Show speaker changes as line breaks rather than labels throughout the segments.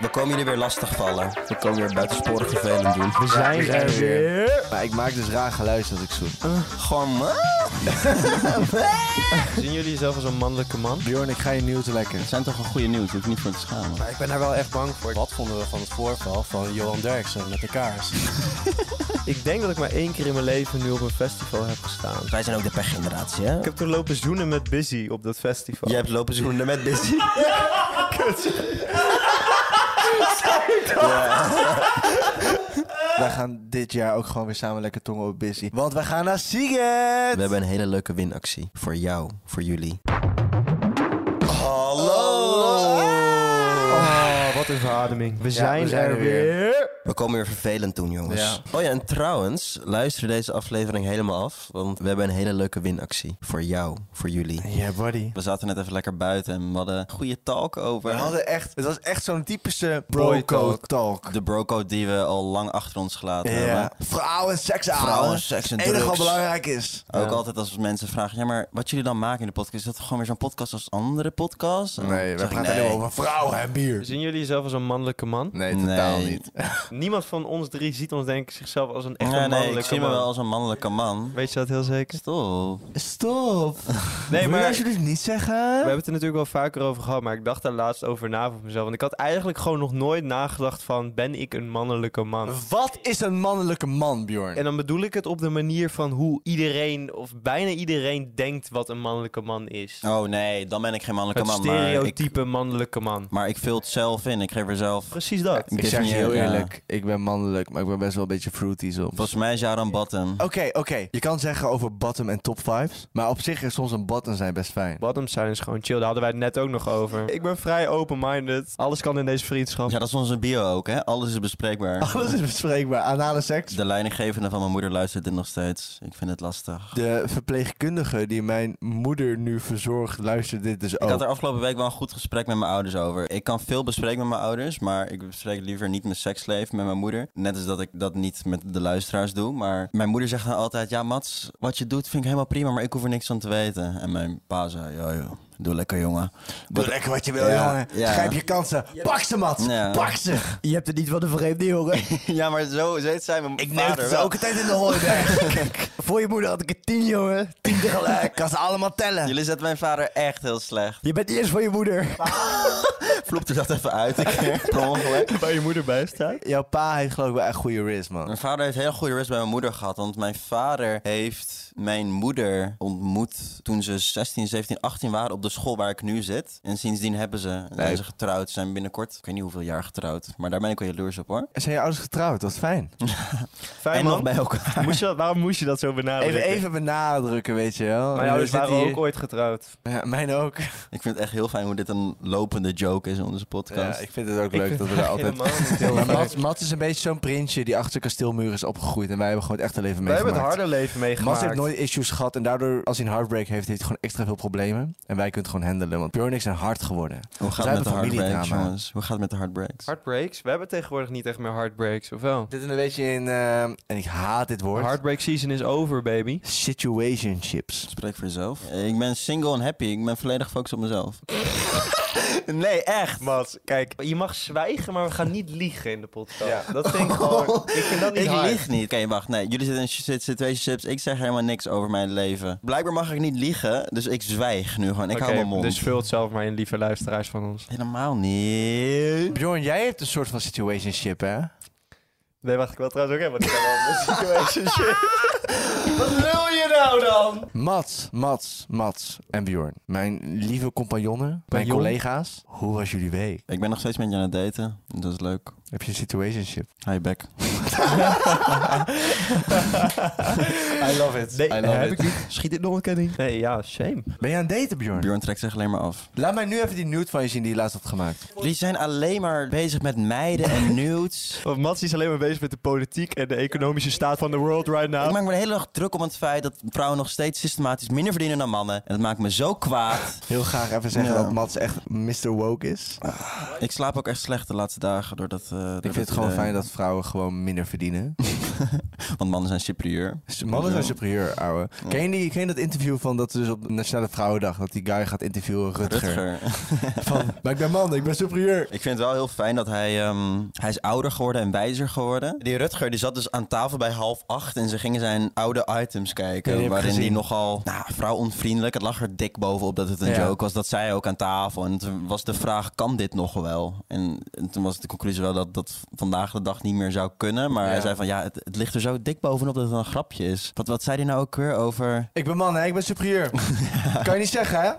We komen jullie weer lastig vallen. We komen weer buitensporig vervelend doen.
We zijn
zijn
er
er
weer.
Maar ik maak dus raar geluid als ik zoen.
Gewoon, man.
Zien jullie jezelf als een mannelijke man?
Bjorn, ik ga je nieuws lekken.
Het zijn toch wel goede nieuws, hoef je niet van te schamen.
Maar ik ben daar wel echt bang voor. Wat vonden we van het voorval van Johan Derksen met de kaars?
Ik denk dat ik maar één keer in mijn leven nu op een festival heb gestaan.
Wij zijn ook de pechgeneratie, hè?
Ik heb toen lopen zoenen met Busy op dat festival.
Jij hebt lopen zoenen met Busy.
Wij gaan dit jaar ook gewoon weer samen lekker tongen op busy. Want we gaan naar Siget!
We hebben een hele leuke winactie. Voor jou, voor jullie. Hallo!
Oh, wat een verademing. We zijn,
we zijn
er
er weer.
weer.
We komen weer vervelend doen, jongens.
Ja.
Oh ja, en trouwens, luister deze aflevering helemaal af. Want we hebben een hele leuke winactie. Voor jou, voor jullie.
Yeah, buddy.
We zaten net even lekker buiten en we hadden een goede talk
We
over.
hadden echt, het was echt zo'n typische
Boy
broco talk.
De brocode die we al lang achter ons gelaten
Ja.
hebben.
Vrouwen, seks aan.
Vrouwen, seks en
Het enige wat
drugs.
belangrijk is.
Ook altijd als mensen vragen, ja, maar wat jullie dan maken in de podcast, is dat gewoon weer zo'n podcast als andere podcasts? En dan
Nee, we
zeg ik,
praten alleen maar over vrouwen en bier.
Zien jullie jezelf als een mannelijke man?
Nee, totaal
Nee.
niet.
Niemand van ons drie ziet ons denk ik zichzelf als een echt
Nee,
een
nee, ik
mannelijke
zie me
man.
wel als een mannelijke man.
Weet je dat heel zeker?
Stop.
Stop.
Nee,
Wil je
maar
alsjeblieft niet
we
zeggen?
hebben het er natuurlijk wel vaker over gehad, maar ik dacht daar laatst over na voor mezelf. Want ik had eigenlijk gewoon nog nooit nagedacht van, ben ik een mannelijke man?
Wat is een mannelijke man,
En
Bjorn?
dan bedoel ik het op de manier van hoe iedereen, of bijna iedereen, denkt wat een mannelijke man is.
Oh nee, dan ben ik geen
Het
mannelijke man. Maar ik,
stereotype mannelijke man.
maar ik vul het zelf in. Ik geef er zelf.
Precies dat.
Ik zeg je
definieer,
heel
ja.
eerlijk, ik ben mannelijk, maar ik ben best wel een beetje fruity soms.
Volgens mij is Jaran Bottom.
Oké, Oh, oké. Je kan zeggen over bottom en top vibes. Maar op zich is soms een bottom zijn best fijn.
Bottoms zijn is gewoon chill, daar hadden wij het net ook nog over. Ik ben vrij open-minded. Alles kan in deze
oh.
vriendschap.
Ja, dat is onze bio ook, hè? Alles is bespreekbaar.
Alles is bespreekbaar. Anale seks.
De leidinggevende van mijn moeder luistert dit nog steeds. Ik vind het lastig.
De verpleegkundige die mijn moeder nu verzorgt, luistert dit dus
Ik had
ook.
er afgelopen week wel een goed gesprek met mijn ouders over. Ik kan veel bespreken met mijn ouders, maar ik bespreek liever niet mijn seksleven met mijn moeder. Net als dat ik dat niet met de luisteraars doe. Maar mijn moeder zegt dan altijd: Ja, Mats, wat je doet vind ik helemaal prima, maar ik hoef er niks van te weten. En mijn pa zei: Ja, joh, doe lekker, jongen.
Doe lekker wat je wil,
Ja,
jongen.
ja.
Grijp je kansen. Pak ze, Mats.
Ja.
Pak ze. Je hebt het niet van de vreemde, jongen.
ja, maar zo zei zij mijn
Ik neem
vader.
het dus
wel.
ook altijd in de hooiberg. Voor je moeder had ik het tien, jongen. Tien tegelijk. Ik kan ze allemaal tellen.
Jullie zetten mijn vader echt heel slecht.
Je bent eerst voor je moeder.
Vloept er dat even uit een keer, per ongeluk.
Waar je moeder bij staat.
Jouw pa heeft geloof ik wel echt goede wrist, man.
Mijn vader heeft heel goede rust bij mijn moeder gehad. Want mijn vader heeft mijn moeder ontmoet toen ze 16, 17, 18 waren op de school waar ik nu zit. En sindsdien hebben ze, zijn ze getrouwd. Zijn binnenkort, ik weet niet hoeveel jaar getrouwd. Maar daar ben ik wel jaloers op hoor.
Zijn je ouders getrouwd? Dat is fijn.
Fijn
en nog
man.
bij elkaar.
Moest je dat, waarom moest je dat zo benadrukken?
Even, even benadrukken, weet je wel.
Mijn
We
ouders
zitten
waren
hier-
ook ooit getrouwd.
Ja, mijn ook.
Ik vind het echt heel fijn hoe dit een lopende joke is in onze
Ja,
podcast.
ik vind het ook
Ik
leuk
vind
dat we daar altijd...
Helemaal niet heel
Maar
leuk.
Mats, Mats is een beetje zo'n prinsje die achter kasteelmuren is opgegroeid. En wij hebben gewoon echt een leven
Wij hebben
meegemaakt.
het harde leven meegemaakt.
Mats heeft nooit issues gehad. En daardoor, als hij een heartbreak heeft, heeft hij gewoon extra veel problemen. En wij kunnen het gewoon handelen. Want Bjorn en ik zijn hard geworden.
Hoe gaat
Zij
het met de
hebben
heartbreaks,
familiedrama.
jongens? Hoe gaat het met de heartbreaks?
Heartbreaks? We hebben tegenwoordig niet echt meer heartbreaks, of wel?
Dit is een beetje in... eh, en ik haat dit woord.
Heartbreak season is over, baby.
Situationships.
Spreek voor jezelf. Ik ben single en happy. Ik ben volledig gefocust op mezelf. nee, echt.
Mats, kijk. Je mag zwijgen, maar we gaan niet liegen in de podcast.
Ja.
Dat vind ik gewoon... Ik vind dat niet
Ik
hard.
lieg niet. Oké, wacht. Nee, jullie zitten in sit- situationships. Ik zeg helemaal niks over mijn leven. Blijkbaar mag ik niet liegen, dus ik zwijg nu gewoon. Ik hou mijn mond.
dus vul het zelf maar in, lieve luisteraars van ons.
Helemaal niet.
Bjorn, jij hebt een soort van situationship, hè?
Nee, wacht, ik wil trouwens ook even wat situationship. nou
Mats, Mats, Mats en Bjorn. Mijn lieve compagnonnen, mijn
Compagnon?
collega's. Hoe was jullie week?
Ik ben nog steeds met je aan het daten. Dat is leuk.
Heb je een situationship?
Hi, back.
I love it.
Nee,
I love
heb
it.
ik niet. Schiet dit nog een ketting? Nee, ja, shame.
Ben je aan het daten, Bjorn?
Bjorn trekt zich alleen maar af.
Laat mij nu even die nude van je zien die je laatst had gemaakt.
Jullie zijn alleen maar bezig met meiden en nudes.
Want Mats is alleen maar bezig met de politiek en de economische staat van de world right now.
Ik maak me de hele dag druk om het feit dat vrouwen nog steeds systematisch minder verdienen dan mannen. En dat maakt me zo kwaad.
Heel graag even zeggen
Ja.
dat Mats echt Mr. Woke is.
Ik slaap ook echt slecht de laatste dagen door dat. eh, door
ik vind
dat
het gewoon
idee.
fijn dat vrouwen gewoon minder verdienen.
Want mannen zijn superieur.
Mannen zijn superieur, ouwe.
Ja.
Ken, je die, ken je dat interview van dat ze dus op Nationale Vrouwendag... dat die guy gaat interviewen, Rutger?
Rutger.
Van, maar ik ben man, ik ben superieur.
Ik vind het wel heel fijn dat hij... ehm, hij is ouder geworden en wijzer geworden. Die Rutger die zat dus aan tafel bij half acht... en ze gingen zijn oude items kijken...
Ja, die heb ik
waarin hij
gezien.
nogal nou, vrouwonvriendelijk... het lag er dik bovenop dat het een
Ja.
joke was. Dat zei hij ook aan tafel. En toen was de vraag, kan dit nog wel? En, en toen was de conclusie wel dat dat vandaag de dag niet meer zou kunnen. Maar hij
Ja.
zei van, ja, het, het ligt er zo dik bovenop dat het een grapje is. Wat, wat zei hij nou ook weer over...
Ik ben man, hè? ik ben superieur. Kan je niet zeggen, hè?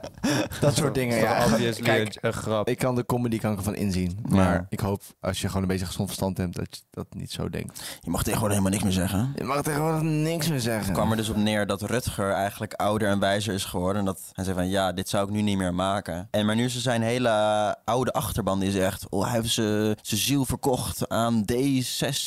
Dat soort dingen,
Dat is
ja.
toch obviously
Kijk,
een, een grap.
ik kan de comedy kan ik ervan inzien. Maar
Ja.
ik hoop, als je gewoon een beetje gezond verstand hebt... dat je dat niet zo denkt.
Je mag tegenwoordig helemaal niks meer zeggen.
Je mag tegenwoordig niks meer zeggen.
Het kwam er dus op neer dat Rutger eigenlijk ouder en wijzer is geworden. En dat hij zei van, ja, dit zou ik nu niet meer maken. En maar nu is zijn hele eh, oude achterban, die is echt... Oh, hij heeft ze- zijn ziel verkocht aan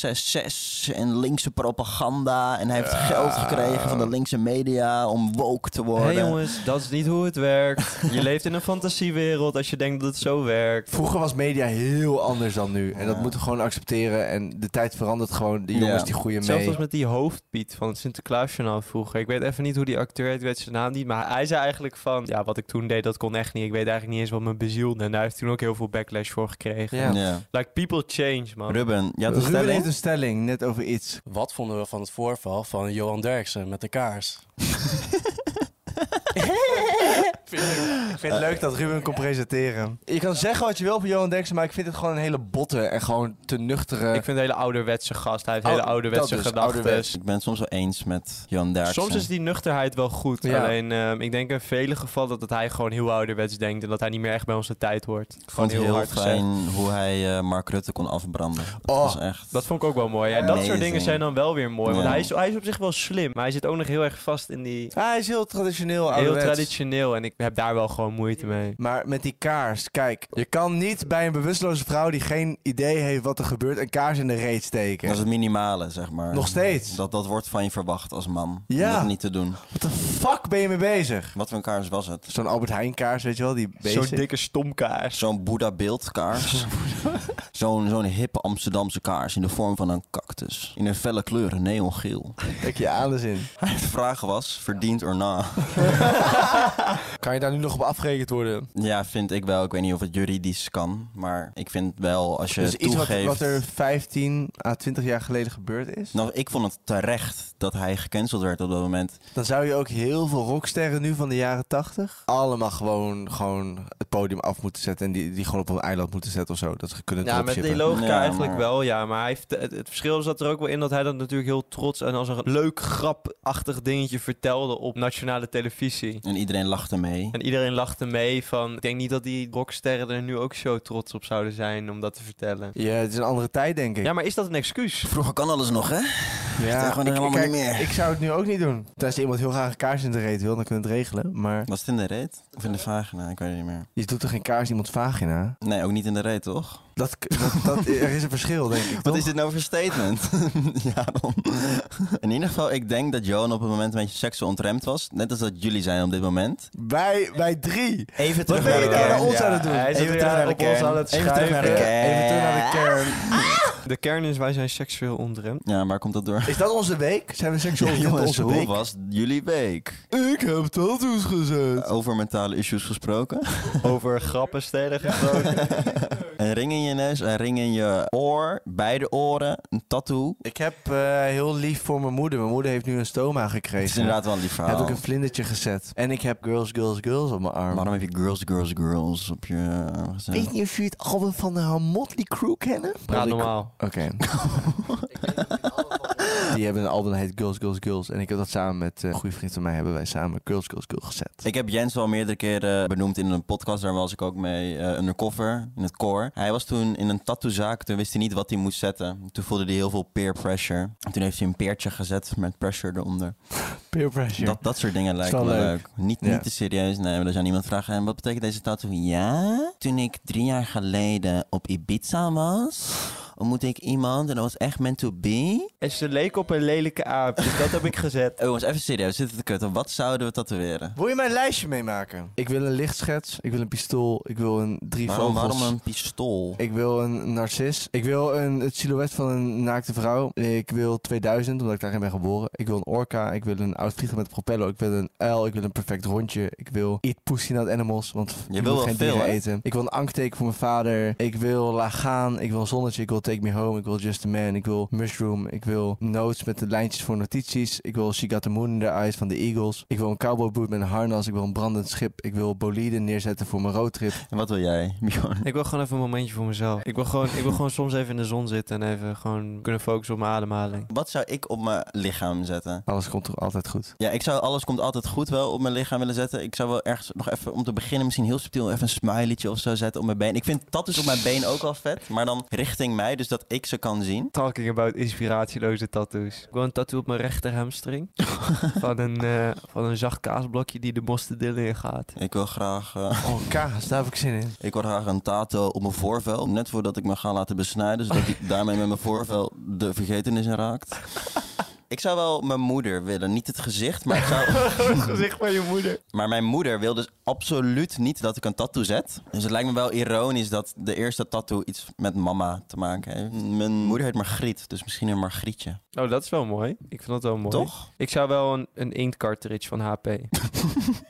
D666 en linkse propaganda. En hij heeft geld gekregen van de linkse media om woke te
Hé
worden.
hey jongens, dat is niet hoe het werkt. Je leeft in een fantasiewereld als je denkt dat het zo werkt.
Vroeger was media heel anders dan nu. En dat
Ja.
moeten we gewoon accepteren. En de tijd verandert gewoon. De
Ja.
jongens die groeien
Zelfs
mee.
als met die hoofdpiet van het Sinterklaasjournaal vroeger. Ik weet even niet hoe die acteur heet, ik weet zijn naam niet. Maar hij zei eigenlijk van, ja, wat ik toen deed, dat kon echt niet. Ik weet eigenlijk niet eens wat me bezielde. En daar heeft toen ook heel veel backlash voor gekregen.
ja.
Ja.
Like, people change, man.
Ruben, ja,
Ruben
dat stelling?
heeft een stelling, net over iets.
Wat vonden we van het voorval van Johan Derksen met de kaars?
Ik vind het leuk dat Ruben kon presenteren. Je kan zeggen wat je wil van Johan Derksen, maar ik vind het gewoon een hele botte en gewoon te nuchtere...
Ik vind een hele ouderwetse gast. Hij heeft
Oh,
hele ouderwetse
dat dus,
gedachten.
ouderwets.
Ik ben het soms wel eens met Jan Derksen.
Soms is die nuchterheid wel goed.
Ja.
Alleen, ehm, ik denk in vele gevallen dat, dat hij gewoon heel ouderwets denkt. En dat hij niet meer echt bij onze tijd
Ik
hoort.
vond
Gewoon
het heel,
hard gezegd.
fijn hoe hij eh, Mark Rutte kon afbranden. Dat
Oh,
was echt...
Dat vond ik ook wel mooi. En dat soort
Amazing.
dingen zijn dan wel weer mooi. Want
Ja.
hij is, hij is op zich wel slim. Maar hij zit ook nog heel erg vast in die...
Hij is heel traditioneel,
Heel
ouderwets.
traditioneel. En ik heb daar wel gewoon moeite mee.
Maar met die kaars, kijk, je kan niet bij een bewusteloze vrouw die geen idee heeft wat er gebeurt, een kaars in de reet steken.
Dat is het minimale, zeg maar.
Nog steeds.
Dat, dat wordt van je verwacht als man.
Ja.
Om dat niet te doen.
Wat de fuck ben je mee bezig?
Wat voor een kaars was het?
Zo'n Albert Heijn kaars, weet je wel, die
Zo'n
basic.
dikke stomkaars.
Zo'n Boeddha-beeldkaars. Zo'n zo'n hippe Amsterdamse kaars in de vorm van een cactus. In een felle kleur, een neongeel.
Ik je aan de zin.
De vraag was, verdient or na?
Kan je daar nu nog op afgerekend worden?
Ja, vind ik wel. Ik weet niet of het juridisch kan. Maar ik vind wel, als je
Dus iets wat,
toegeeft...
wat er 15 à 20 jaar geleden gebeurd is.
Nou, ik vond het terecht dat hij gecanceld werd op dat moment.
Dan zou je ook heel veel rocksterren nu van de jaren 80 allemaal gewoon, gewoon het podium af moeten zetten. En die, die gewoon op een eiland moeten zetten of zo. Dat ze kunnen
Ja, met die logica
Ja,
eigenlijk
maar-
wel, ja. Maar hij heeft, het, het verschil zat er ook wel in dat hij dat natuurlijk heel trots en als een leuk grapachtig dingetje vertelde op nationale televisie.
En iedereen lachte mee.
En iedereen lachte mee van, ik denk niet dat die rocksterren er nu ook zo trots op zouden zijn om dat te vertellen.
Ja, het is een andere tijd, denk ik.
Ja, maar is dat een excuus?
Vroeger kan alles nog, hè?
Ja,
gewoon helemaal
kijk,
niet meer.
Ik zou het nu ook niet doen. Tenzij iemand heel graag een kaars in de reet wil, dan kunnen we het regelen. Maar
Was het in de reet? Of in de vagina? Ik weet het niet meer.
je doet toch geen kaars in iemands vagina?
Nee, ook niet in de reet, toch?
Dat, dat, dat, er is een verschil, denk ik.
Wat
toch?
is dit nou voor statement? ja, dan. In ieder geval, ik denk dat Johan op het moment een beetje seksueel ontremd was. Net als dat jullie zijn op dit moment.
Wij, wij drie.
Even
Wat ben je nou naar ons aan het doen?
hij is
Even
weer
terug naar de
op ons
kern.
aan het
Even terug naar de
schuiven.
kern.
Even terug naar de kern.
De kern is, wij zijn seksueel ontremd.
Ja, waar komt dat door?
Is dat onze week? Zijn we seksueel
Ja,
ja,
jongens,
onze
hoe
week?
was jullie week?
Ik heb tattoos gezet.
Over mentale issues gesproken.
Over grappen steden gesproken.
Een ring in je neus, een ring in je oor, beide oren, een tattoo.
Ik heb eh, heel lief voor mijn moeder. Mijn moeder heeft nu een stoma
Het is
gekregen.
inderdaad Oh. wel een lief
Heb
verhaal.
ik een vlindertje gezet. En ik heb girls, girls, girls op mijn arm.
Waarom heb je girls, girls, girls op je eh, arm gezet?
Weet niet of jullie het album van de Motley Crew kennen?
Praat normaal.
Nou, Oké. Die hebben een album dat heet Girls, Girls, Girls. En ik heb dat samen met eh, een goede vriend van mij hebben wij samen Girls, Girls, Girls gezet.
Ik heb Jens al meerdere keren benoemd in een podcast. Daar was ik ook mee eh undercover, in het core. Hij was toen in een tattoozaak. Toen wist hij niet wat hij moest zetten. Toen voelde hij heel veel peer pressure. En toen heeft hij een peertje gezet met pressure eronder.
Peer pressure.
Dat, dat soort dingen lijken me
wel
leuk.
leuk.
Niet,
Ja.
niet te serieus nemen. Dat je aan iemand vraagt, en wat betekent deze tattoo? Ja, toen ik drie jaar geleden op Ibiza was... ontmoette ik iemand en dat was echt meant to be.
En ze leek op een lelijke aap, dus dat heb ik gezet.
Oh, jongens, even serieus, zitten te kutten. Wat zouden we tatoeëren?
Wil je mijn lijstje meemaken? Ik wil een lichtschets. Ik wil een pistool. Ik wil een drie
Waarom,
vogels.
waarom een pistool?
Ik wil een narcis. Ik wil een, het silhouet van een naakte vrouw. Ik wil 2000, omdat ik daarin ben geboren. Ik wil een orka. Ik wil een oud vlieger met een propeller. Ik wil een uil. Ik wil een perfect rondje. Ik wil eat pussy not animals, want je,
wil
wil
wel
geen
veel,
dieren
hè?
eten. Ik wil een anktteken voor mijn vader. Ik wil lagaan. Ik wil een zonnetje. Ik wil take me home. Ik wil just a man. Ik wil mushroom. Ik wil notes met de lijntjes voor notities. Ik wil she got the moon in the eyes van de Eagles. Ik wil een cowboyboot met een harnas. Ik wil een brandend schip. Ik wil boliden neerzetten voor mijn roadtrip.
En wat wil jij, Bjorn?
Ik wil gewoon even een momentje voor mezelf. Ik wil, gewoon, ik wil gewoon soms even in de zon zitten en even gewoon kunnen focussen op mijn ademhaling.
Wat zou ik op mijn lichaam zetten?
Alles komt toch altijd goed.
Ja, ik zou alles komt altijd goed wel op mijn lichaam willen zetten. Ik zou wel ergens nog even om te beginnen, misschien heel subtiel, even een smileytje of zo zetten op mijn been. Ik vind tattoos op mijn been ook al vet, maar dan richting mij, dus dat ik ze kan zien.
Talking about inspiratieloze tattoos. Ik wil een tattoo op mijn rechter hamstring. van, een, eh, van een zacht kaasblokje die de mosterdil in gaat.
Ik wil graag, eh,
Oh, kaas, daar heb ik zin in.
ik wil graag een tato op mijn voorvel, net voordat ik me ga laten besnijden, zodat ik daarmee met mijn voorvel de vergetenis in raakt. Ik zou wel mijn moeder willen, niet het gezicht, maar ik zou...
het gezicht van je moeder.
Maar mijn moeder wil dus absoluut niet dat ik een tattoo zet. Dus het lijkt me wel ironisch dat de eerste tattoo iets met mama te maken heeft. Mijn moeder heet Margriet, dus misschien een Margrietje.
Oh, dat is wel mooi. Ik vind dat wel mooi.
Toch?
Ik zou wel een, een inktcartridge van HP.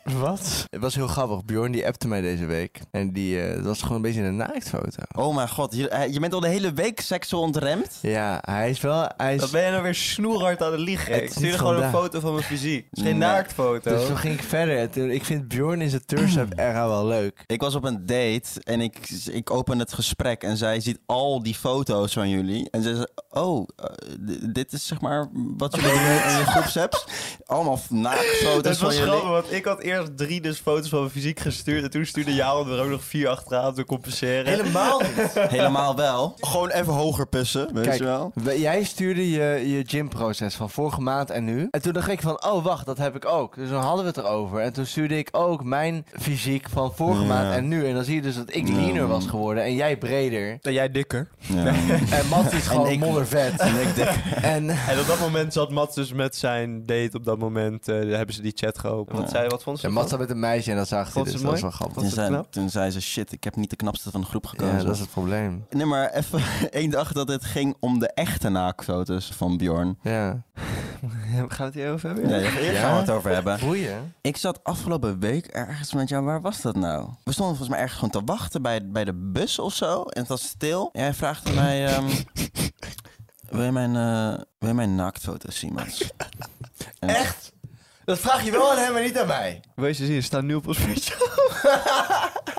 Wat? Het was heel grappig. Bjorn die appte mij deze week. En die eh, dat was gewoon een beetje een naaktfoto.
Oh mijn god, je, eh, je bent al de hele week seksueel ontremd?
Ja, hij is wel... Hij is,
ben je nou weer snoerhard aan het liegen?
Het is niet vandaag.
foto van mijn fysiek. Het
Nee.
naaktfoto.
dus toen ging ik verder. En toen- ik vind Bjorn in zijn Tursup era wel leuk.
Ik was op een date en ik, ik open het gesprek en zij ziet al die foto's van jullie. En ze zegt, oh, eh, d- dit is zeg maar wat jullie in je- in je groepsapps. Allemaal naaktfoto's
Dat
van
was
jullie.
grappig, want ik had eerst drie dus foto's van mijn fysiek gestuurd. En toen stuurde Jaron er ook nog vier achteraan te compenseren.
Helemaal niet. Helemaal wel. Gewoon even hoger pussen, weet
Kijk,
je wel.
we- jij stuurde je, je gymproces van vorige maand en nu. En toen dacht ik van, oh wacht, dat heb ik ook. Dus dan hadden we het erover. En toen stuurde ik ook mijn fysiek van vorige
Ja.
maand en nu. En dan zie je dus dat ik
Ja.
leaner was geworden en jij breder.
En jij dikker.
Ja.
En Matt is gewoon
ik-
moddervet.
En ik denk,
En...
En op dat moment zat Mats dus met zijn date op dat moment. eh, hebben ze die chat geopend.
Ja.
Wat, zei, wat vond ze
Ja, Matt zat met een meisje en dat zag hij
Vond ze
dus.
het
Dat is wel
mooi?
grappig.
toen,
het
zei,
knap?
toen zei ze, shit, ik heb niet de knapste van de groep gekozen.
Ja, dat is het probleem.
Nee, maar even één dag dat het ging om de echte naakfoto's van Bjorn.
Ja.
ervan? Gaan we het hier over hebben?
Ja, hier
Ja?
gaan we het over hebben.
Boeien.
Ik zat afgelopen week ergens met jou, waar was dat nou? We stonden volgens mij ergens gewoon te wachten bij, bij de bus of zo. En het was stil. En hij vraagt aan mij, ehm, wil, je mijn, eh wil je mijn naaktfoto's zien, Mats? En-
Dat vraag je wel aan hem en niet aan mij.
Wil je ze zien? Ze staan nu op ons feestje.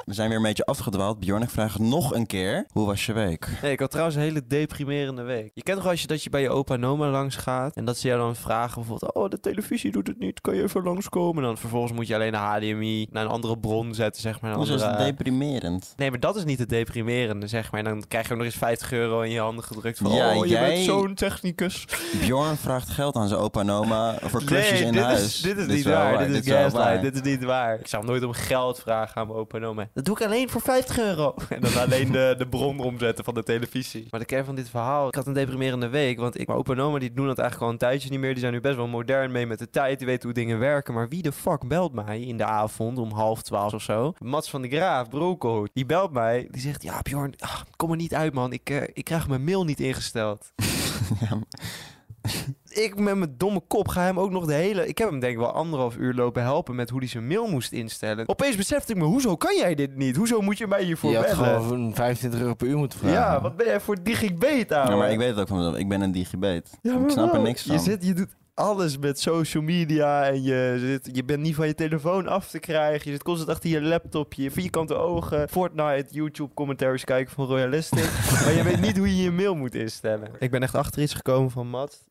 We zijn weer een beetje afgedwaald. Bjorn, ik vraag nog een keer, hoe was je week?
Nee, ik had trouwens een hele deprimerende week. Je kent toch als je dat je bij je opa en oma langs gaat en dat ze jou dan vragen bijvoorbeeld, oh de televisie doet het niet, kan je even langskomen? En dan vervolgens moet je alleen de HDMI naar een andere bron zetten, zeg maar. Een
Hoezo is
andere...
het deprimerend?
Nee, maar dat is niet het deprimerende, zeg maar. En dan krijg je ook nog eens 50 euro in je handen gedrukt van,
Ja,
oh, je
jij-
bent zo'n technicus.
Bjorn vraagt geld aan zijn opa en oma voor klusjes
Nee,
in
dit
huis.
Is, dit is niet
wel
waar. Dit is
wel
gaslight.
waar.
Dit is niet waar. Ik zou nooit om geld vragen aan mijn opa en oma. Dat doe ik alleen voor 50 euro. En dan alleen de, de bron omzetten van de televisie. Maar de kern van dit verhaal... Ik had een deprimerende week. Want ik, mijn opa en oma die doen dat eigenlijk al een tijdje niet meer. Die zijn nu best wel modern mee met de tijd. Die weten hoe dingen werken. Maar wie de fuck belt mij in de avond om half twaalf of zo? Mats van de Graaf, broercoach. Die belt mij. Die zegt, ja Bjorn, ah, kom er niet uit man. Ik, eh, ik krijg mijn mail niet ingesteld
Ja,
ik met mijn domme kop ga hem ook nog de hele... Ik heb hem denk ik wel anderhalf uur lopen helpen met hoe hij zijn mail moest instellen. Opeens besefte ik me, hoezo kan jij dit niet? Hoezo moet je mij hiervoor
je had
bellen?
gewoon 25 euro per uur moeten vragen.
Ja, wat ben jij voor digibet aan?
Ja, maar ik weet het ook van mezelf. Ik ben een digibeet. ik snap er niks van.
Je, zit, je doet alles met social media en je, zit, je bent niet van je telefoon af te krijgen. Je zit constant achter je laptop, je vierkante ogen. Fortnite, YouTube commentaries kijken van Royalistic. maar je weet niet hoe je je mail moet instellen. Ik ben echt achter iets gekomen van Matt.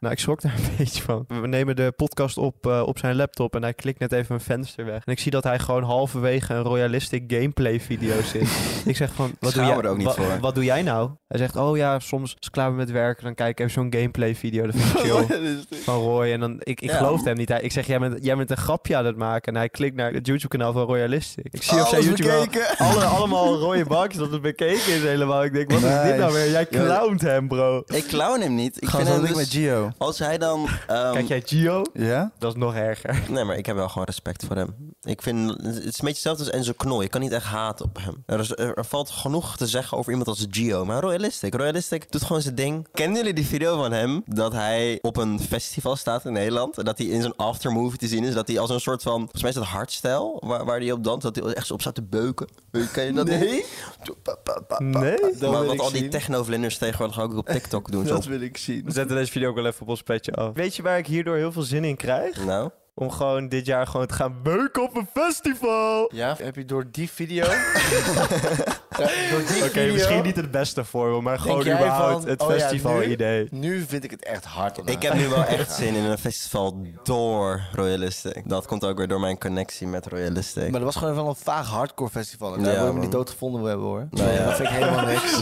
Nou, ik schrok daar een beetje van. We nemen de podcast op eh, op zijn laptop en hij klikt net even een venster weg. En ik zie dat hij gewoon halverwege een royalistic gameplay video zit. ik zeg van, wat doe,
Schamen
jij,
we er ook niet
wa-
voor.
wat doe jij nou? Hij zegt, oh ja, soms is ik klaar ben met werken, dan kijk ik even zo'n gameplay video. Dat vind ik chill. van Roy. En dan, ik, ik
Oh, Ja,
geloofde
maar-
hem niet. Hij- Ik zeg, jij bent, jij bent een grapje aan het maken. En hij klikt naar het YouTube-kanaal van Royalistic. Ik zie op zijn
Alles
YouTube wel
Oh, bekeken.
alle, allemaal rode bakjes dat het bekeken is helemaal. Ik denk, wat is dit nou
Nice.
weer? Jij
Ja, maar-
clownt hem, bro.
Ik clown hem niet. Ik
Gaan
vind
ze
hem
dat
dus-
ik met Gio?
Als hij dan... ehm,
Kijk jij Gio?
Ja?
Dat is nog erger.
Nee, maar ik heb wel gewoon respect voor hem. Ik vind, het is een beetje hetzelfde als Enzo Knol. Je kan niet echt haten op hem. Er, is- er- er valt genoeg te zeggen over iemand als Gio. Maar Royalistic, Royalistic doet gewoon zijn ding. Kennen jullie die video van hem? Dat hij op een festival staat in Nederland. En dat hij in zo'n aftermovie te zien is. Dat hij als een soort van, volgens mij is dat hardstyle. Waar, waar hij op danst. Dat hij echt zo op staat te beuken. Kan je dat niet? Pa, pa, pa, pa.
Nee?
Maar
wil
wat
ik
al die
zien.
techno-vlinders tegenwoordig ook op TikTok doen. zo.
wil ik zien.
We zetten deze video ook wel even op ons petje af. Weet je waar ik hierdoor heel veel zin in krijg?
Nou,
Om gewoon dit jaar gewoon te gaan beuken op een festival.
Ja, heb je door die video... Ja, door die
Oké,
video...
misschien niet het beste voorbeeld, maar gewoon
jij
überhaupt
van,
het
oh ja,
festivalidee.
Nu vind ik het echt hard. om
Ik
haar.
heb nu wel echt zin in een festival door Royalistic. Dat komt ook weer door mijn connectie met Royalistic.
Maar dat was gewoon even een vaag hardcore festival. En daar
Ja,
wil je me
man.
niet doodgevonden hebben hoor.
Nou ja.
Dat vind ik helemaal niks.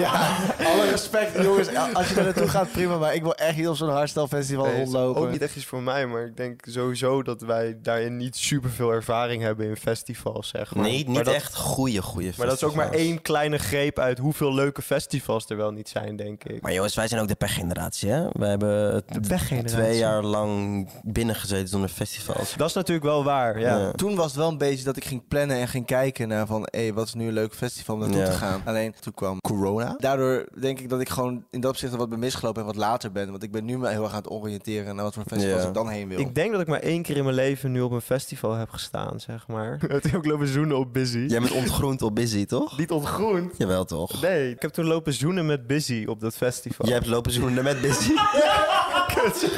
ja, alle respect jongens. Als je daar naartoe gaat, prima. Maar ik wil echt niet op zo'n hardstyle festival
Nee, is
rondlopen.
Ook niet echt iets voor mij, maar ik denk sowieso dat wij daarin niet superveel ervaring hebben in festivals, zeg maar.
nee, niet
maar dat,
echt goede, goede
Maar dat is ook maar
festivals.
één kleine greep uit hoeveel leuke festivals er wel niet zijn, denk ik.
Maar jongens, wij zijn ook de pechgeneratie, hè? We hebben het
De pechgeneratie.
twee jaar lang binnengezeten zonder festivals.
Dat is natuurlijk wel waar, ja.
Ja.
Toen was het wel een beetje dat ik ging plannen en ging kijken naar van... hé, wat is nu een leuk festival om naartoe
Ja.
te gaan? Alleen, toen kwam corona. Daardoor denk ik dat ik gewoon in dat opzicht wat ben misgelopen en wat later ben. Want ik ben nu me heel erg aan het oriënteren naar wat voor festivals
Ja.
ik dan heen wil.
Ik denk dat ik maar één keer in mijn leven nu op een festival heb gestaan, zeg maar. Het heb ook lopen zoenen op Busy.
Jij bent ontgroend op Busy, toch?
Niet ontgroend.
Jawel, toch?
Nee, ik heb toen lopen zoenen met Busy op dat festival.
Jij hebt lopen zoenen met Busy.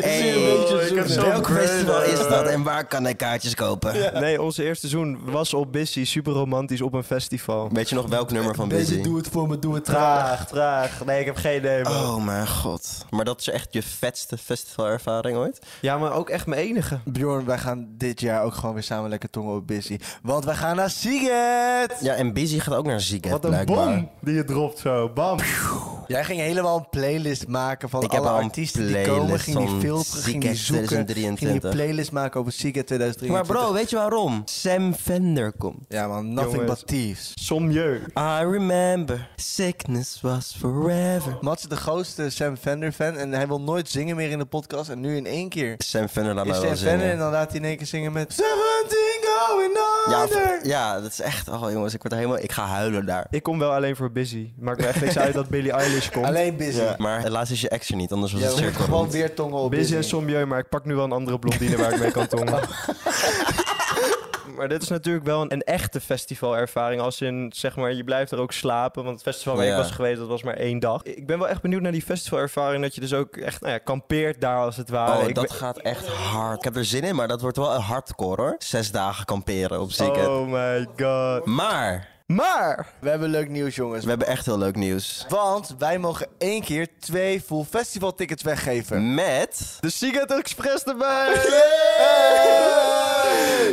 Hey,
ik heb zo'n
Welk
crush,
festival
eh.
is dat en waar kan ik kaartjes kopen?
Nee, onze eerste zoen was op Busy, super romantisch op een festival.
Weet je nog welk nummer van
Baby,
Busy?
doe het voor me, doe het traag.
Traag, traag. Nee, ik heb geen idee, man.
Oh mijn god. Maar dat is echt je vetste festivalervaring ooit?
Ja, maar ook echt mijn enige.
Bjorn, wij gaan dit jaar ook gewoon weer samen lekker tongen op busy. Want wij gaan naar Siget!
Ja, en Busy gaat ook naar Ziget
Wat een
blijkbaar.
bom die je dropt zo. Bam.
Jij ging helemaal een playlist maken van
Ik heb
alle
al een
artiesten die
playlist
komen. Ging die
van
filteren, ging die
Siget
zoeken. Ging die
2023.
playlist maken over Siget 2023.
Maar bro, weet je waarom? Sam Fender komt.
Ja man, nothing
Jongens.
but thieves.
Somjeu.
I remember, sickness was forever.
Mats is de grootste Sam Fender fan en hij wil nooit zingen meer in de podcast. En nu in één keer
Sam Fender laat
is
mij
Sam
wel
Fender en
zingen.
dan laat hij in één keer zingen met 17 going
Ja,
under.
v- ja, dat is echt... Oh jongens, ik word er helemaal... Ik ga huilen daar.
Ik kom wel alleen voor Busy. Maakt me echt niks uit dat Billie Eilish komt.
Alleen busy.
Ja,
Ja.
Maar helaas is je action niet, anders was
we
het
moeten
cirkel
gewoon
rond.
weer tongen op
Dus
Busy
busy.
en Somjeu, maar ik pak nu wel een andere blondine waar ik mee kan tongen. Maar dit is natuurlijk wel een, een echte festivalervaring. Als in, zeg maar, je blijft er ook slapen. Want het festival waar
Ja.
ik was geweest, dat was maar één dag. Ik ben wel echt benieuwd naar die festivalervaring. Dat je dus ook echt, nou ja, kampeert daar als het ware.
Oh,
ik
dat
ben-
gaat echt hard. Ik heb er zin in, maar dat wordt wel een hardcore hoor. Zes dagen kamperen op Ziget.
Oh my god.
Maar,
Maar!
We hebben leuk nieuws jongens.
we hebben echt heel leuk nieuws.
Want wij mogen één keer twee full festival tickets weggeven.
Met...
De Secret Express erbij!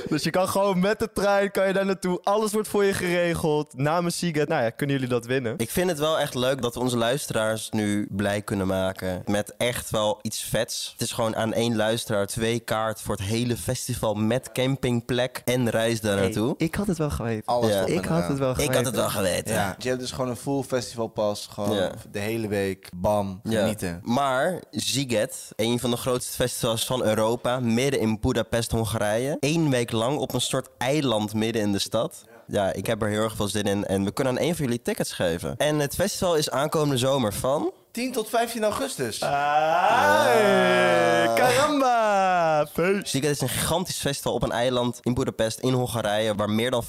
Dus je kan gewoon met de trein, kan je daar naartoe. Alles wordt voor je geregeld. Namens Seagate, nou ja, kunnen jullie dat winnen?
Ik vind het wel echt leuk dat we onze luisteraars nu blij kunnen maken. Met echt wel iets vets. Het is gewoon aan één luisteraar twee kaart voor het hele festival met campingplek en reis daar naartoe.
ik had het wel geweten.
Alles
Ja.
erop en
Ik had
eraan.
het wel geweten.
ik had het wel geweten.
Ja, je hebt dus gewoon een full festivalpas. Gewoon
Ja.
de hele week. Bam,
Ja.
genieten.
Maar Ziget, een van de grootste festivals van Europa, midden in Budapest, Hongarije. Eén week lang op een soort eiland midden in de stad. Ja, ik heb er heel erg veel zin in en we kunnen aan één van jullie tickets geven. En het festival is aankomende zomer van
10 tot 15 augustus.
Ah, caramba! Feest.
Sziget is een gigantisch festival op een eiland in Boedapest in Hongarije... waar meer dan 500.000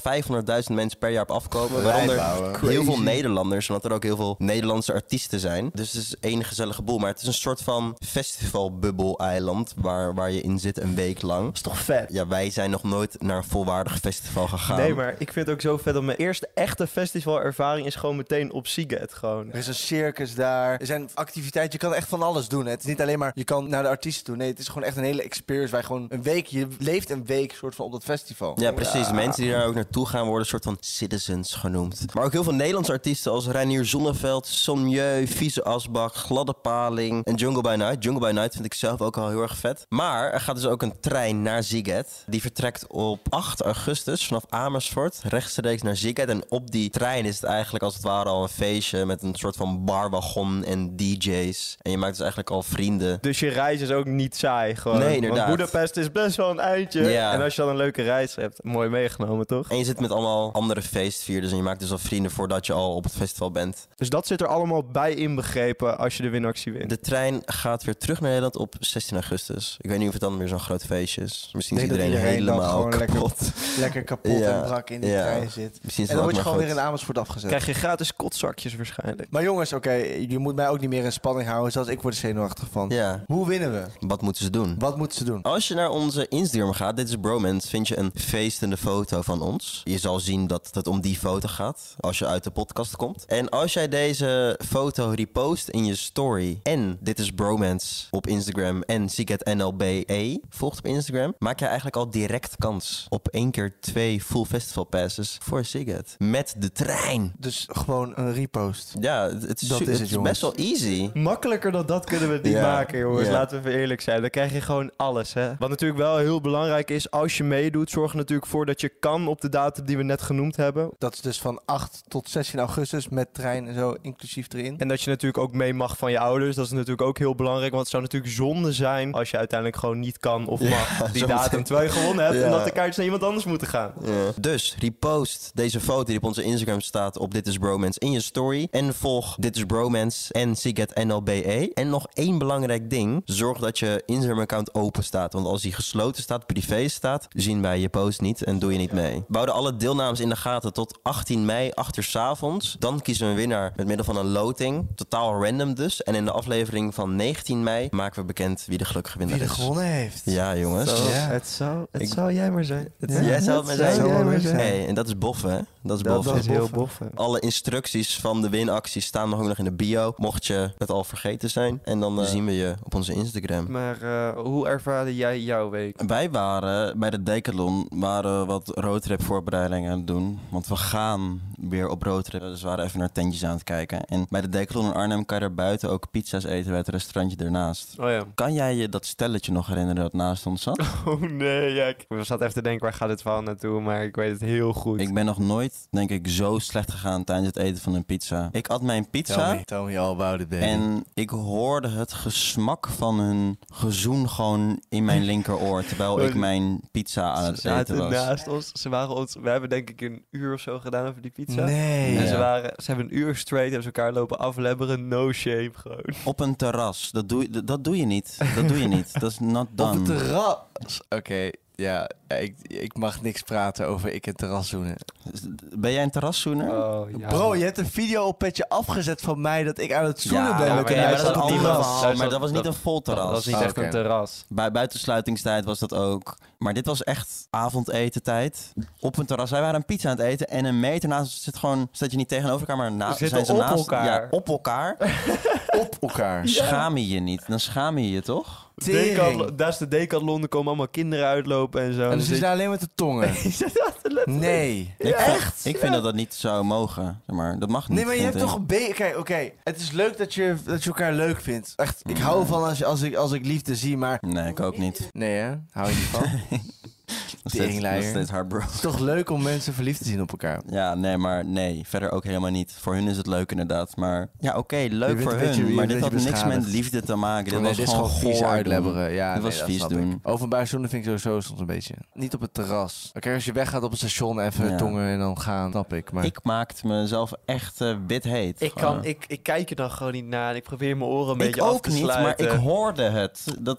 mensen per jaar op afkomen. Waaronder
bouwen.
heel veel Nederlanders, omdat er ook heel veel Nederlandse artiesten zijn. Dus het is één gezellige boel. Maar het is een soort van festivalbubbel-eiland waar, waar je in zit een week lang.
is toch vet?
Ja, wij zijn nog nooit naar een volwaardig festival gegaan.
Nee, maar ik vind het ook zo vet dat mijn eerste echte festivalervaring is gewoon meteen op Seagate. Gewoon.
Er is een circus daar. Er zijn activiteiten. Je kan echt van alles doen. hè. Het is niet alleen maar je kan naar de artiesten toe. Nee, het is gewoon echt een hele experience. Wij gewoon een week. Je leeft een week soort van op dat festival.
Ja, precies. Mensen die daar ook naartoe gaan worden, soort van citizens genoemd. Maar ook heel veel Nederlandse artiesten als Reinier Zonneveld, Sonjeu, Vieze Asbak, Gladde Paling en Jungle by Night. Jungle by Night vind ik zelf ook al heel erg vet. Maar er gaat dus ook een trein naar Ziget. Die vertrekt op 8 augustus vanaf Amersfoort rechtstreeks naar Ziget. En op die trein is het eigenlijk als het ware al een feestje met een soort van barwagon en DJ's. En je maakt dus eigenlijk al vrienden.
Dus je reis is ook niet saai. Gewoon.
Nee, inderdaad.
Want Budapest is best wel een eindje.
Ja.
En als je dan een leuke reis hebt, mooi meegenomen toch?
En je zit met allemaal andere feestvierders en je maakt dus al vrienden voordat je al op het festival bent.
Dus dat zit er allemaal bij inbegrepen als je de winactie wint.
De trein gaat weer terug naar Nederland op 16 augustus. Ik weet niet of het dan weer zo'n groot feestje is. Misschien is
Ik denk dat
iedereen,
iedereen dan
helemaal
gewoon lekker-
kapot.
Lekker kapot
Ja.
en brak in die
Ja.
trein zit.
Misschien is dat
En dan word je
maar
gewoon
goed.
weer in Amersfoort afgezet.
Krijg je gratis kotzakjes waarschijnlijk.
Maar jongens, oké. je moet mij ook niet meer in spanning houden. Zoals ik word er zenuwachtig van.
Ja,
Hoe winnen we?
wat moeten ze doen?
Wat moeten ze doen?
Als je naar onze Instagram gaat, dit is Bromance, vind je een feestende foto van ons. Je zal zien dat het om die foto gaat als je uit de podcast komt. En als jij deze foto repost in je story en dit is Bromance op Instagram en NLBE E, volgt op Instagram, maak je eigenlijk al direct kans op één keer twee full festival passes voor Siget met de trein.
Dus gewoon een repost.
Ja, het, het is,
Dat
su-
is het,
het is
jongens.
best wel easy.
Makkelijker dan dat kunnen we het niet
Ja,
maken, jongens.
ja.
Laten we even eerlijk zijn. Dan krijg je gewoon alles, hè. Wat natuurlijk wel heel belangrijk is, als je meedoet, zorg er natuurlijk voor dat je kan op de datum die we net genoemd hebben.
Dat is dus van 8 tot 16 augustus met trein en zo inclusief erin.
En dat je natuurlijk ook mee mag van je ouders. Dat is natuurlijk ook heel belangrijk. Want het zou natuurlijk zonde zijn als je uiteindelijk gewoon niet kan of mag op die
zo
datum.
meteen.
Terwijl je gewonnen hebt en
Ja.
dat de kaartjes naar iemand anders moeten gaan.
Dus repost deze foto die op onze Instagram staat op Dit is Bromance in je story. En volg Dit is Bromance en Siget NLBE. E. En nog één belangrijk ding. Zorg dat je Instagram-account open staat. Want als die gesloten staat, privé staat, zien wij je post niet en doe je niet mee. We houden alle deelnames in de gaten tot 18 mei, 8 uur 's avonds. Dan kiezen we een winnaar met middel van een loting. Totaal random dus. En in de aflevering van 19 mei maken we bekend wie de gelukkige winnaar
Wie er
is.
gewonnen heeft.
Ja, jongens.
Zo,
Ja.
Het, zou, het
Ik-
zou jij maar zijn. Het
Jij zou het maar zijn.
zou jij
Zou
maar
het
zijn.
zijn.
Hey, en dat is boffen, hè? Dat is
Dat,
boffen.
is heel bof. hè.
Alle instructies van de winactie staan nog ook nog in de bio. Mocht je het al vergeten zijn. En dan eh, zien we je op onze Instagram.
Maar eh, hoe ervaarde jij jouw week?
Wij waren bij de Decathlon waren we wat roadtrip voorbereidingen aan het doen. Want we gaan weer op roadtrip. Dus we waren even naar tentjes aan het kijken. En bij de Decathlon in Arnhem kan je daar buiten ook pizza's eten bij het restaurantje ernaast.
Oh ja.
Kan jij je dat stelletje nog herinneren dat naast ons zat?
Oh nee, ja. Ik we zaten even te denken, waar gaat dit verhaal naartoe? Maar ik weet het heel goed.
Ik ben nog nooit, denk ik, zo slecht gegaan tijdens het eten van een pizza. Ik at mijn pizza.
Tell me, tell me all about it, baby.
En ik hoorde het gesmak van hun gezoen gewoon in mijn linkeroor. Terwijl ik mijn pizza aan het
ze zaten
eten was.
naast ons. Ze waren ons. We hebben denk ik een uur of zo gedaan over die pizza.
Nee.
En
Ja.
ze, waren, ze hebben een uur straight, hebben ze elkaar lopen aflebberen. No shame gewoon.
Op een terras. Dat doe, dat, dat doe je niet. Dat doe je niet. Dat is not
Op het
done.
terras. Oké, ja. Ik, ik mag niks praten over ik en terraszoenen.
Ben jij een terraszoener?
Oh,
Bro, je hebt een video op petje afgezet van mij dat ik aan het zoenen ben.
ja,
met
oké,
maar
een
jij
maar
meisje
dat is een
op
zat
die
ander
terras.
verhaal.
Jij
Maar
zat-
dat was niet
dat-
een vol
Dat
terras.
was niet
Ah,
echt
oké.
een terras.
Bij buitensluitingstijd was dat ook. Maar dit was echt avondetentijd. Op een terras. Wij waren een pizza aan het eten. En een meter naast ons zit gewoon... Zet je niet tegenover elkaar, maar na,
We zitten
zijn ze
op
naast...
elkaar.
Ja, op elkaar.
Op elkaar.
Schaam je je niet. Dan schaam je je toch?
Tering.
Decathlon- Daar is de decathlon, er komen allemaal kinderen uitlopen en zo.
En
Dan
dan zit
zit
je daar alleen met de tongen. Nee.
Ik Vind, ik vind dat dat niet zou mogen. Zeg Maar dat mag niet.
Nee, maar je
vind
hebt
ik.
toch een beetje... Kijk, oké. Het is leuk dat je, dat je elkaar leuk vindt. Echt, ik hou van als, je- als, ik, als ik liefde zie, maar...
Nee, ik ook niet.
Nee, hè? Hou je niet van?
Dat steeds, nog
Teringleier.
steeds hard, bro.
Het is toch leuk om mensen verliefd te zien op elkaar.
Ja, nee, maar nee. Verder ook helemaal niet. Voor hun is het leuk inderdaad. Maar ja, oké,
Je
leuk
bent
voor
een
hun.
beetje- je
maar
bent
dit
een
had
beetje
niks met
beschadigd.
liefde te maken. Dit
Nee,
was gewoon
vies
goor doen.
uitlebberen. Ja,
Dit
nee,
was
dat
vies
snap
doen.
Ik. Openbaar zoenen vind ik sowieso soms een beetje. Niet op het terras. Oké, als je weggaat op het station even
Ja.
tongen en dan gaan, snap ik. Maar
Ik maakte mezelf echt eh, wit heet.
Ik, kan, ik, ik kijk er dan gewoon niet naar en ik probeer mijn oren een
Ik
beetje af
ook
te
niet, maar
sluiten.
ik hoorde het. Dat,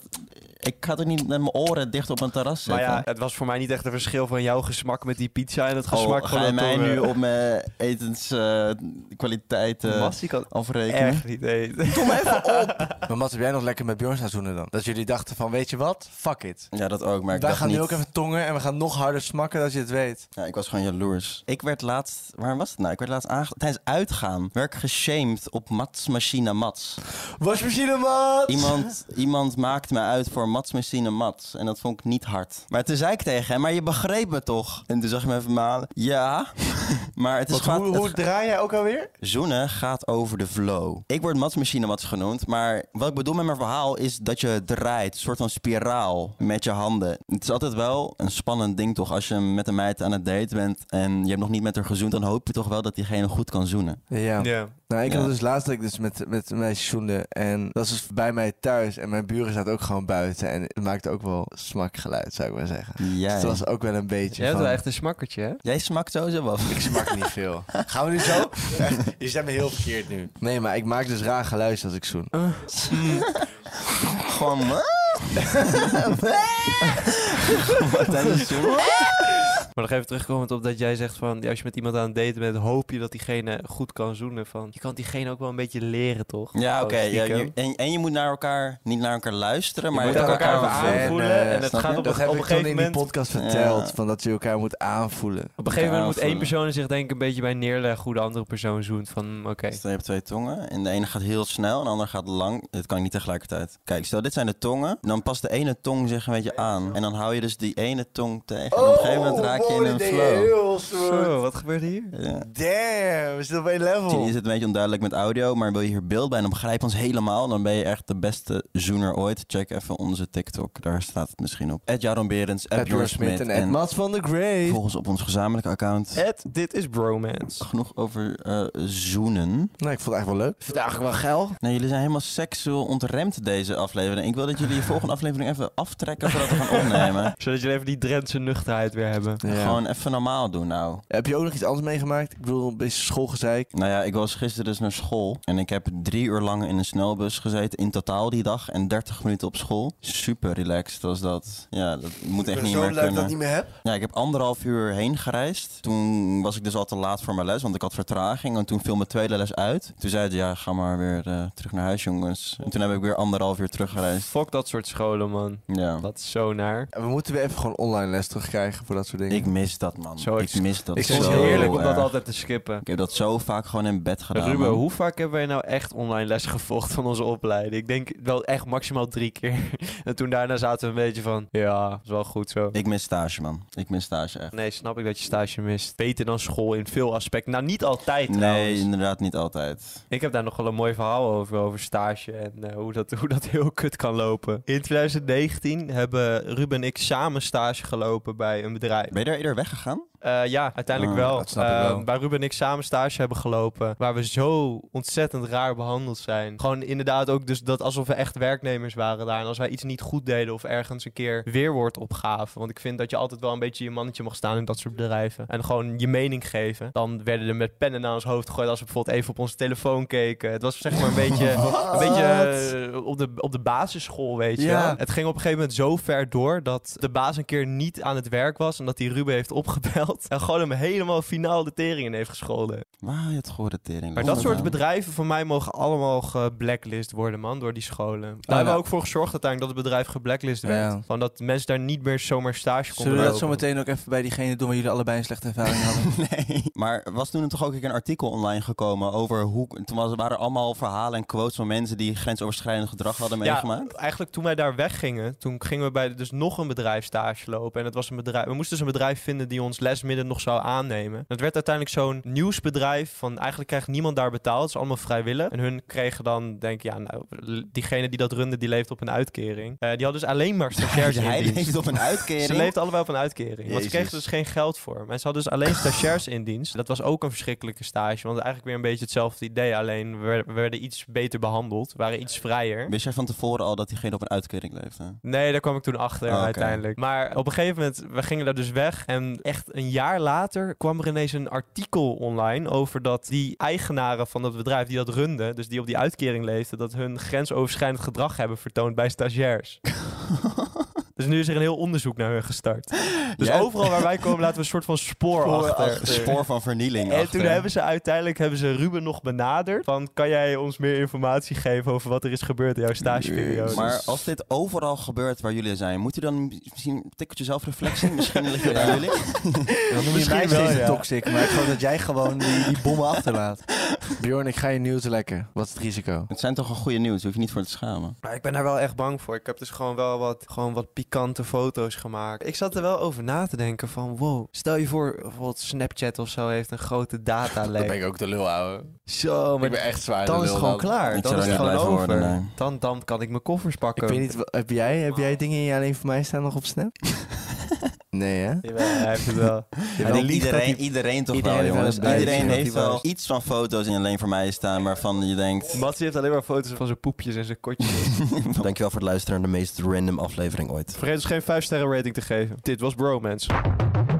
ik ga er niet met mijn oren dicht op een terras
Maar
zitten.
ja, het was voor mij niet echt een verschil van jouw gesmak met die pizza en het gesmak
Oh,
van
ga je
dat
mij
door-
nu op mijn etenskwaliteit
Mas, die kan
afrekenen?
echt niet eten.
kom even op. Maar Mats, heb jij nog lekker met Bjorn staan zoenen dan? Dat jullie dachten van, weet je wat? Fuck it.
Ja, dat ook, maar ik
Wij
dacht
gaan
niet...
nu ook even tongen en we gaan nog harder smakken dat je het weet.
Ja, ik was gewoon jaloers. Ik werd laatst... Waar was het nou? Ik werd laatst aange... Tijdens uitgaan werd ik geshamed op Mats Machina Mats.
Wasmachine, man!
Iemand, iemand maakte me uit voor Mats Machine Mats. En dat vond ik niet hard. Maar toen zei ik tegen hem, maar je begreep me toch? En toen zag je me even malen. Ja, maar het is
Wat, hoe,
gewoon...
hoe
het-
draai jij ook alweer?
Zoenen gaat over de flow. Ik word Mats Machine Mats genoemd. Maar wat ik bedoel met mijn verhaal is dat je draait. Een soort van spiraal met je handen. Het is altijd wel een spannend ding toch. Als je met een meid aan het date bent en je hebt nog niet met haar gezoend... dan hoop je toch wel dat diegene goed kan zoenen.
Ja.
Ja.
Nou, ik had
Ja.
dus laatst dat ik dus met, met een meisje zoende. En dat was dus bij mij thuis. En mijn buren zaten ook gewoon buiten. En het maakte ook wel smakgeluid, zou ik maar zeggen. Dus
Jij,
het was ook wel een beetje
Jij hebt
van,
wel echt een smakkertje, hè?
jij smakt sowieso wel.
ik smak niet veel. Gaan we nu zo? Echt, Je zijn me heel verkeerd nu. Nee, maar ik maak dus raar geluid als ik zoen.
Gewoon... Wat tijdens zoenen?
Maar nog even terugkomend op dat jij zegt van... ja, als je met iemand aan het daten bent, hoop je dat diegene goed kan zoenen. Van, je kan diegene ook wel een beetje leren, toch?
Ja, oké.
Gewoon
ja,
Oh, stiekem.
je- en, en je moet naar elkaar, niet naar elkaar luisteren, maar
moet
je moet elkaar,
elkaar even
aanvoelen.
aanvoelen
En, eh,
en het
snap
gaat
je?
op,
Dat
een-
heb
op
ik
een
toen in
gegeven
die
moment...
podcast verteld.
Ja.
Van dat je elkaar moet aanvoelen.
Op een gegeven moment moet één
aanvoelen.
persoon zich denk ik een beetje bij neerleggen hoe de andere persoon zoent. Van, oké.
Dus dan heb je hebt twee tongen en de ene gaat heel snel en de andere gaat lang. Dit kan ik niet tegelijkertijd. Kijk, stel dit zijn de tongen, dan past de ene tong zich een beetje aan. En dan hou je dus die ene tong tegen. en op een gegeven moment raak je in een flow.
Zo, wat gebeurt hier?
Ja.
Damn, we zitten op één level.
Misschien is het een beetje onduidelijk met audio, maar wil je hier beeld bij en dan begrijp ons helemaal, dan ben je echt de beste zoener ooit. Check even onze TikTok, daar staat het misschien op. Ed Jaron Berends, Ed
Edward
Jorn
Smit
Smit
en Ed
en
Mats van de Grey.
volgens op ons gezamenlijke account.
Ed, dit is bromance.
Genoeg over eh, zoenen.
Nou, ik vond het eigenlijk wel leuk. Ik vind het eigenlijk wel geil.
Nee, jullie zijn helemaal seksueel ontremd deze aflevering. Ik wil dat jullie de volgende aflevering even aftrekken voordat we gaan opnemen.
Zodat jullie even die Drentse nuchterheid weer hebben.
Gewoon even normaal doen nou.
Heb je ook nog iets anders meegemaakt? Ik bedoel, een beetje schoolgezeik.
Nou ja, ik was gisteren dus naar school. En ik heb drie uur lang in een snelbus gezeten. In totaal die dag. En 30 minuten op school. Super relaxed was dat. Ja, dat moet echt niet meer kunnen.
meer heb.
Ja, ik heb anderhalf uur heen gereisd. Toen was ik dus al te laat voor mijn les, want ik had vertraging. En toen viel mijn tweede les uit. Toen zei ze, ja, ga maar weer eh, terug naar huis, jongens. En toen heb ik weer anderhalf uur teruggereisd.
Fuck dat soort scholen, man.
Ja.
Dat is zo naar.
We moeten weer even gewoon online les terugkrijgen voor dat soort dingen.
Ik mis dat, man.
Zo
ik
extreem.
mis dat
Ik
Ik vind het
zo
heerlijk om dat
erg.
altijd te skippen.
Ik heb dat zo vaak gewoon in bed gedaan.
Ruben,
man.
hoe vaak hebben wij nou echt online les gevolgd van onze opleiding? Ik denk wel echt maximaal drie keer. en toen daarna zaten we een beetje van, ja, is wel goed zo.
Ik mis stage, man. Ik mis stage echt.
Nee, snap ik dat je stage mist. Beter dan school in veel aspecten. Nou, niet altijd
Nee,
trouwens.
inderdaad niet altijd.
Ik heb daar nog wel een mooi verhaal over, over stage en eh, hoe, dat, hoe dat heel kut kan lopen. In 2019 hebben Ruben en ik samen stage gelopen bij een bedrijf.
Ben je daar eerder weggegaan?
Eh, ja, uiteindelijk
Ah,
wel.
dat snap ik wel.
Ehm, Waar Ruben en ik samen stage hebben gelopen. Waar we zo ontzettend raar behandeld zijn. Gewoon inderdaad ook dus dat alsof we echt werknemers waren daar. En als wij iets niet goed deden of ergens een keer weerwoord opgaven. Want ik vind dat je altijd wel een beetje je mannetje mag staan in dat soort bedrijven. En gewoon je mening geven. Dan werden er met pennen naar ons hoofd gegooid als we bijvoorbeeld even op onze telefoon keken. Het was zeg maar een beetje, een beetje eh, op, de, op de basisschool, weet je
Ja.
wel. Het ging op een gegeven moment zo ver door dat de baas een keer niet aan het werk was. En dat hij Ruben heeft opgebeld. En gewoon hem helemaal finaal de tering in heeft gescholden.
Waar je het gehoord, tering.
Maar dat soort bedrijven van mij mogen allemaal geblacklist worden, man, door die scholen. Daar hebben we
ja.
ook voor gezorgd uiteindelijk dat het bedrijf geblacklist werd.
Ja.
Van dat mensen daar niet meer zomaar stage konden
Zullen we dat
lopen.
zo meteen ook even bij diegene doen waar jullie allebei een slechte ervaring hadden?
Nee. Maar was toen toch ook een keer een artikel online gekomen over hoe... Toen was- waren er allemaal verhalen en quotes van mensen die grensoverschrijdend gedrag hadden meegemaakt.
Ja, eigenlijk toen wij daar weggingen, toen gingen we bij dus nog een bedrijf stage lopen. En het was een bedrijf, we moesten dus een bedrijf
bedrijf vinden die ons lesmidden nog zou aannemen. Dat werd uiteindelijk zo'n nieuwsbedrijf van eigenlijk krijgt niemand daar betaald. Het is allemaal vrijwillig. En hun kregen dan, denk ik, ja, nou, diegene die dat runde, die leeft op een uitkering. Eh, die had dus alleen maar stagiairs in
Hij
dienst.
leeft op een uitkering.
Ze leefden allebei op een uitkering. Want ze
Jezus.
kregen dus geen geld voor. Maar ze hadden dus alleen stagiairs in dienst. Dat was ook een verschrikkelijke stage. Want eigenlijk weer een beetje hetzelfde idee. Alleen we werden- we werden iets beter behandeld. waren iets vrijer.
Wist jij van tevoren al dat diegene op een uitkering leefde?
Nee, daar kwam ik toen achter
Oh, oké.
uiteindelijk. Maar op een gegeven moment, we gingen daar dus weg. En echt een jaar later kwam er ineens een artikel online over dat die eigenaren van dat bedrijf die dat runden, dus die op die uitkering leefden, dat hun grensoverschrijdend gedrag hebben vertoond bij stagiairs. Dus nu is er een heel onderzoek naar hun gestart. Dus
Jij-
overal waar wij komen laten we een soort van spoor,
Spoor
achter.
Een spoor van vernieling.
En
achter.
toen hebben ze uiteindelijk hebben ze Ruben nog benaderd. Van kan jij ons meer informatie geven over wat er is gebeurd in jouw stageperiode?
Maar als dit overal gebeurt waar jullie zijn, moet u dan misschien een tikkeltje zelfreflectie? Misschien ligt het aan jullie.
Dan noem je
Misschien
mij
wel,
steeds een
ja.
toxic, maar ik geloof dat jij gewoon die, die bommen achterlaat.
Bjorn, ik ga je nieuws lekken. Wat is het risico?
Het zijn toch wel goede nieuws, hoef je niet voor te schamen.
Maar ik ben daar wel echt bang voor. Ik heb dus gewoon wel wat, gewoon wat pikante foto's gemaakt. Ik zat er wel over na te denken van, wow. Stel je voor, bijvoorbeeld Snapchat of zo heeft een grote datalek.
ik ook de lul, ouwe.
Zo, maar
echt zwaar
dan is het gewoon klaar.
Ik
Dan
zou
is
daar
het
niet
gewoon
blij
over.
voor worden, nee.
dan, dan kan ik mijn koffers
Ik
pakken.
weet niet, wa- heb jij, heb jij dingen in je alleen voor mij staan nog op Snap? nee, hè?
Jawel, hij heeft het wel.
Je
Maar
wil niet dat
iedereen,
die-
iedereen toch
iedereen
wel,
heeft
jongens.
wel een
Iedereen
bedrijfje
heeft
dat hij
wel
was.
iets van foto's in alleen voor mij staan waarvan je denkt...
Matsi heeft alleen maar foto's van zijn poepjes en zijn kotjes.
Dankjewel voor het luisteren naar de meest random aflevering ooit.
Vergeet dus geen 5 sterren rating te geven. Dit was Bromance.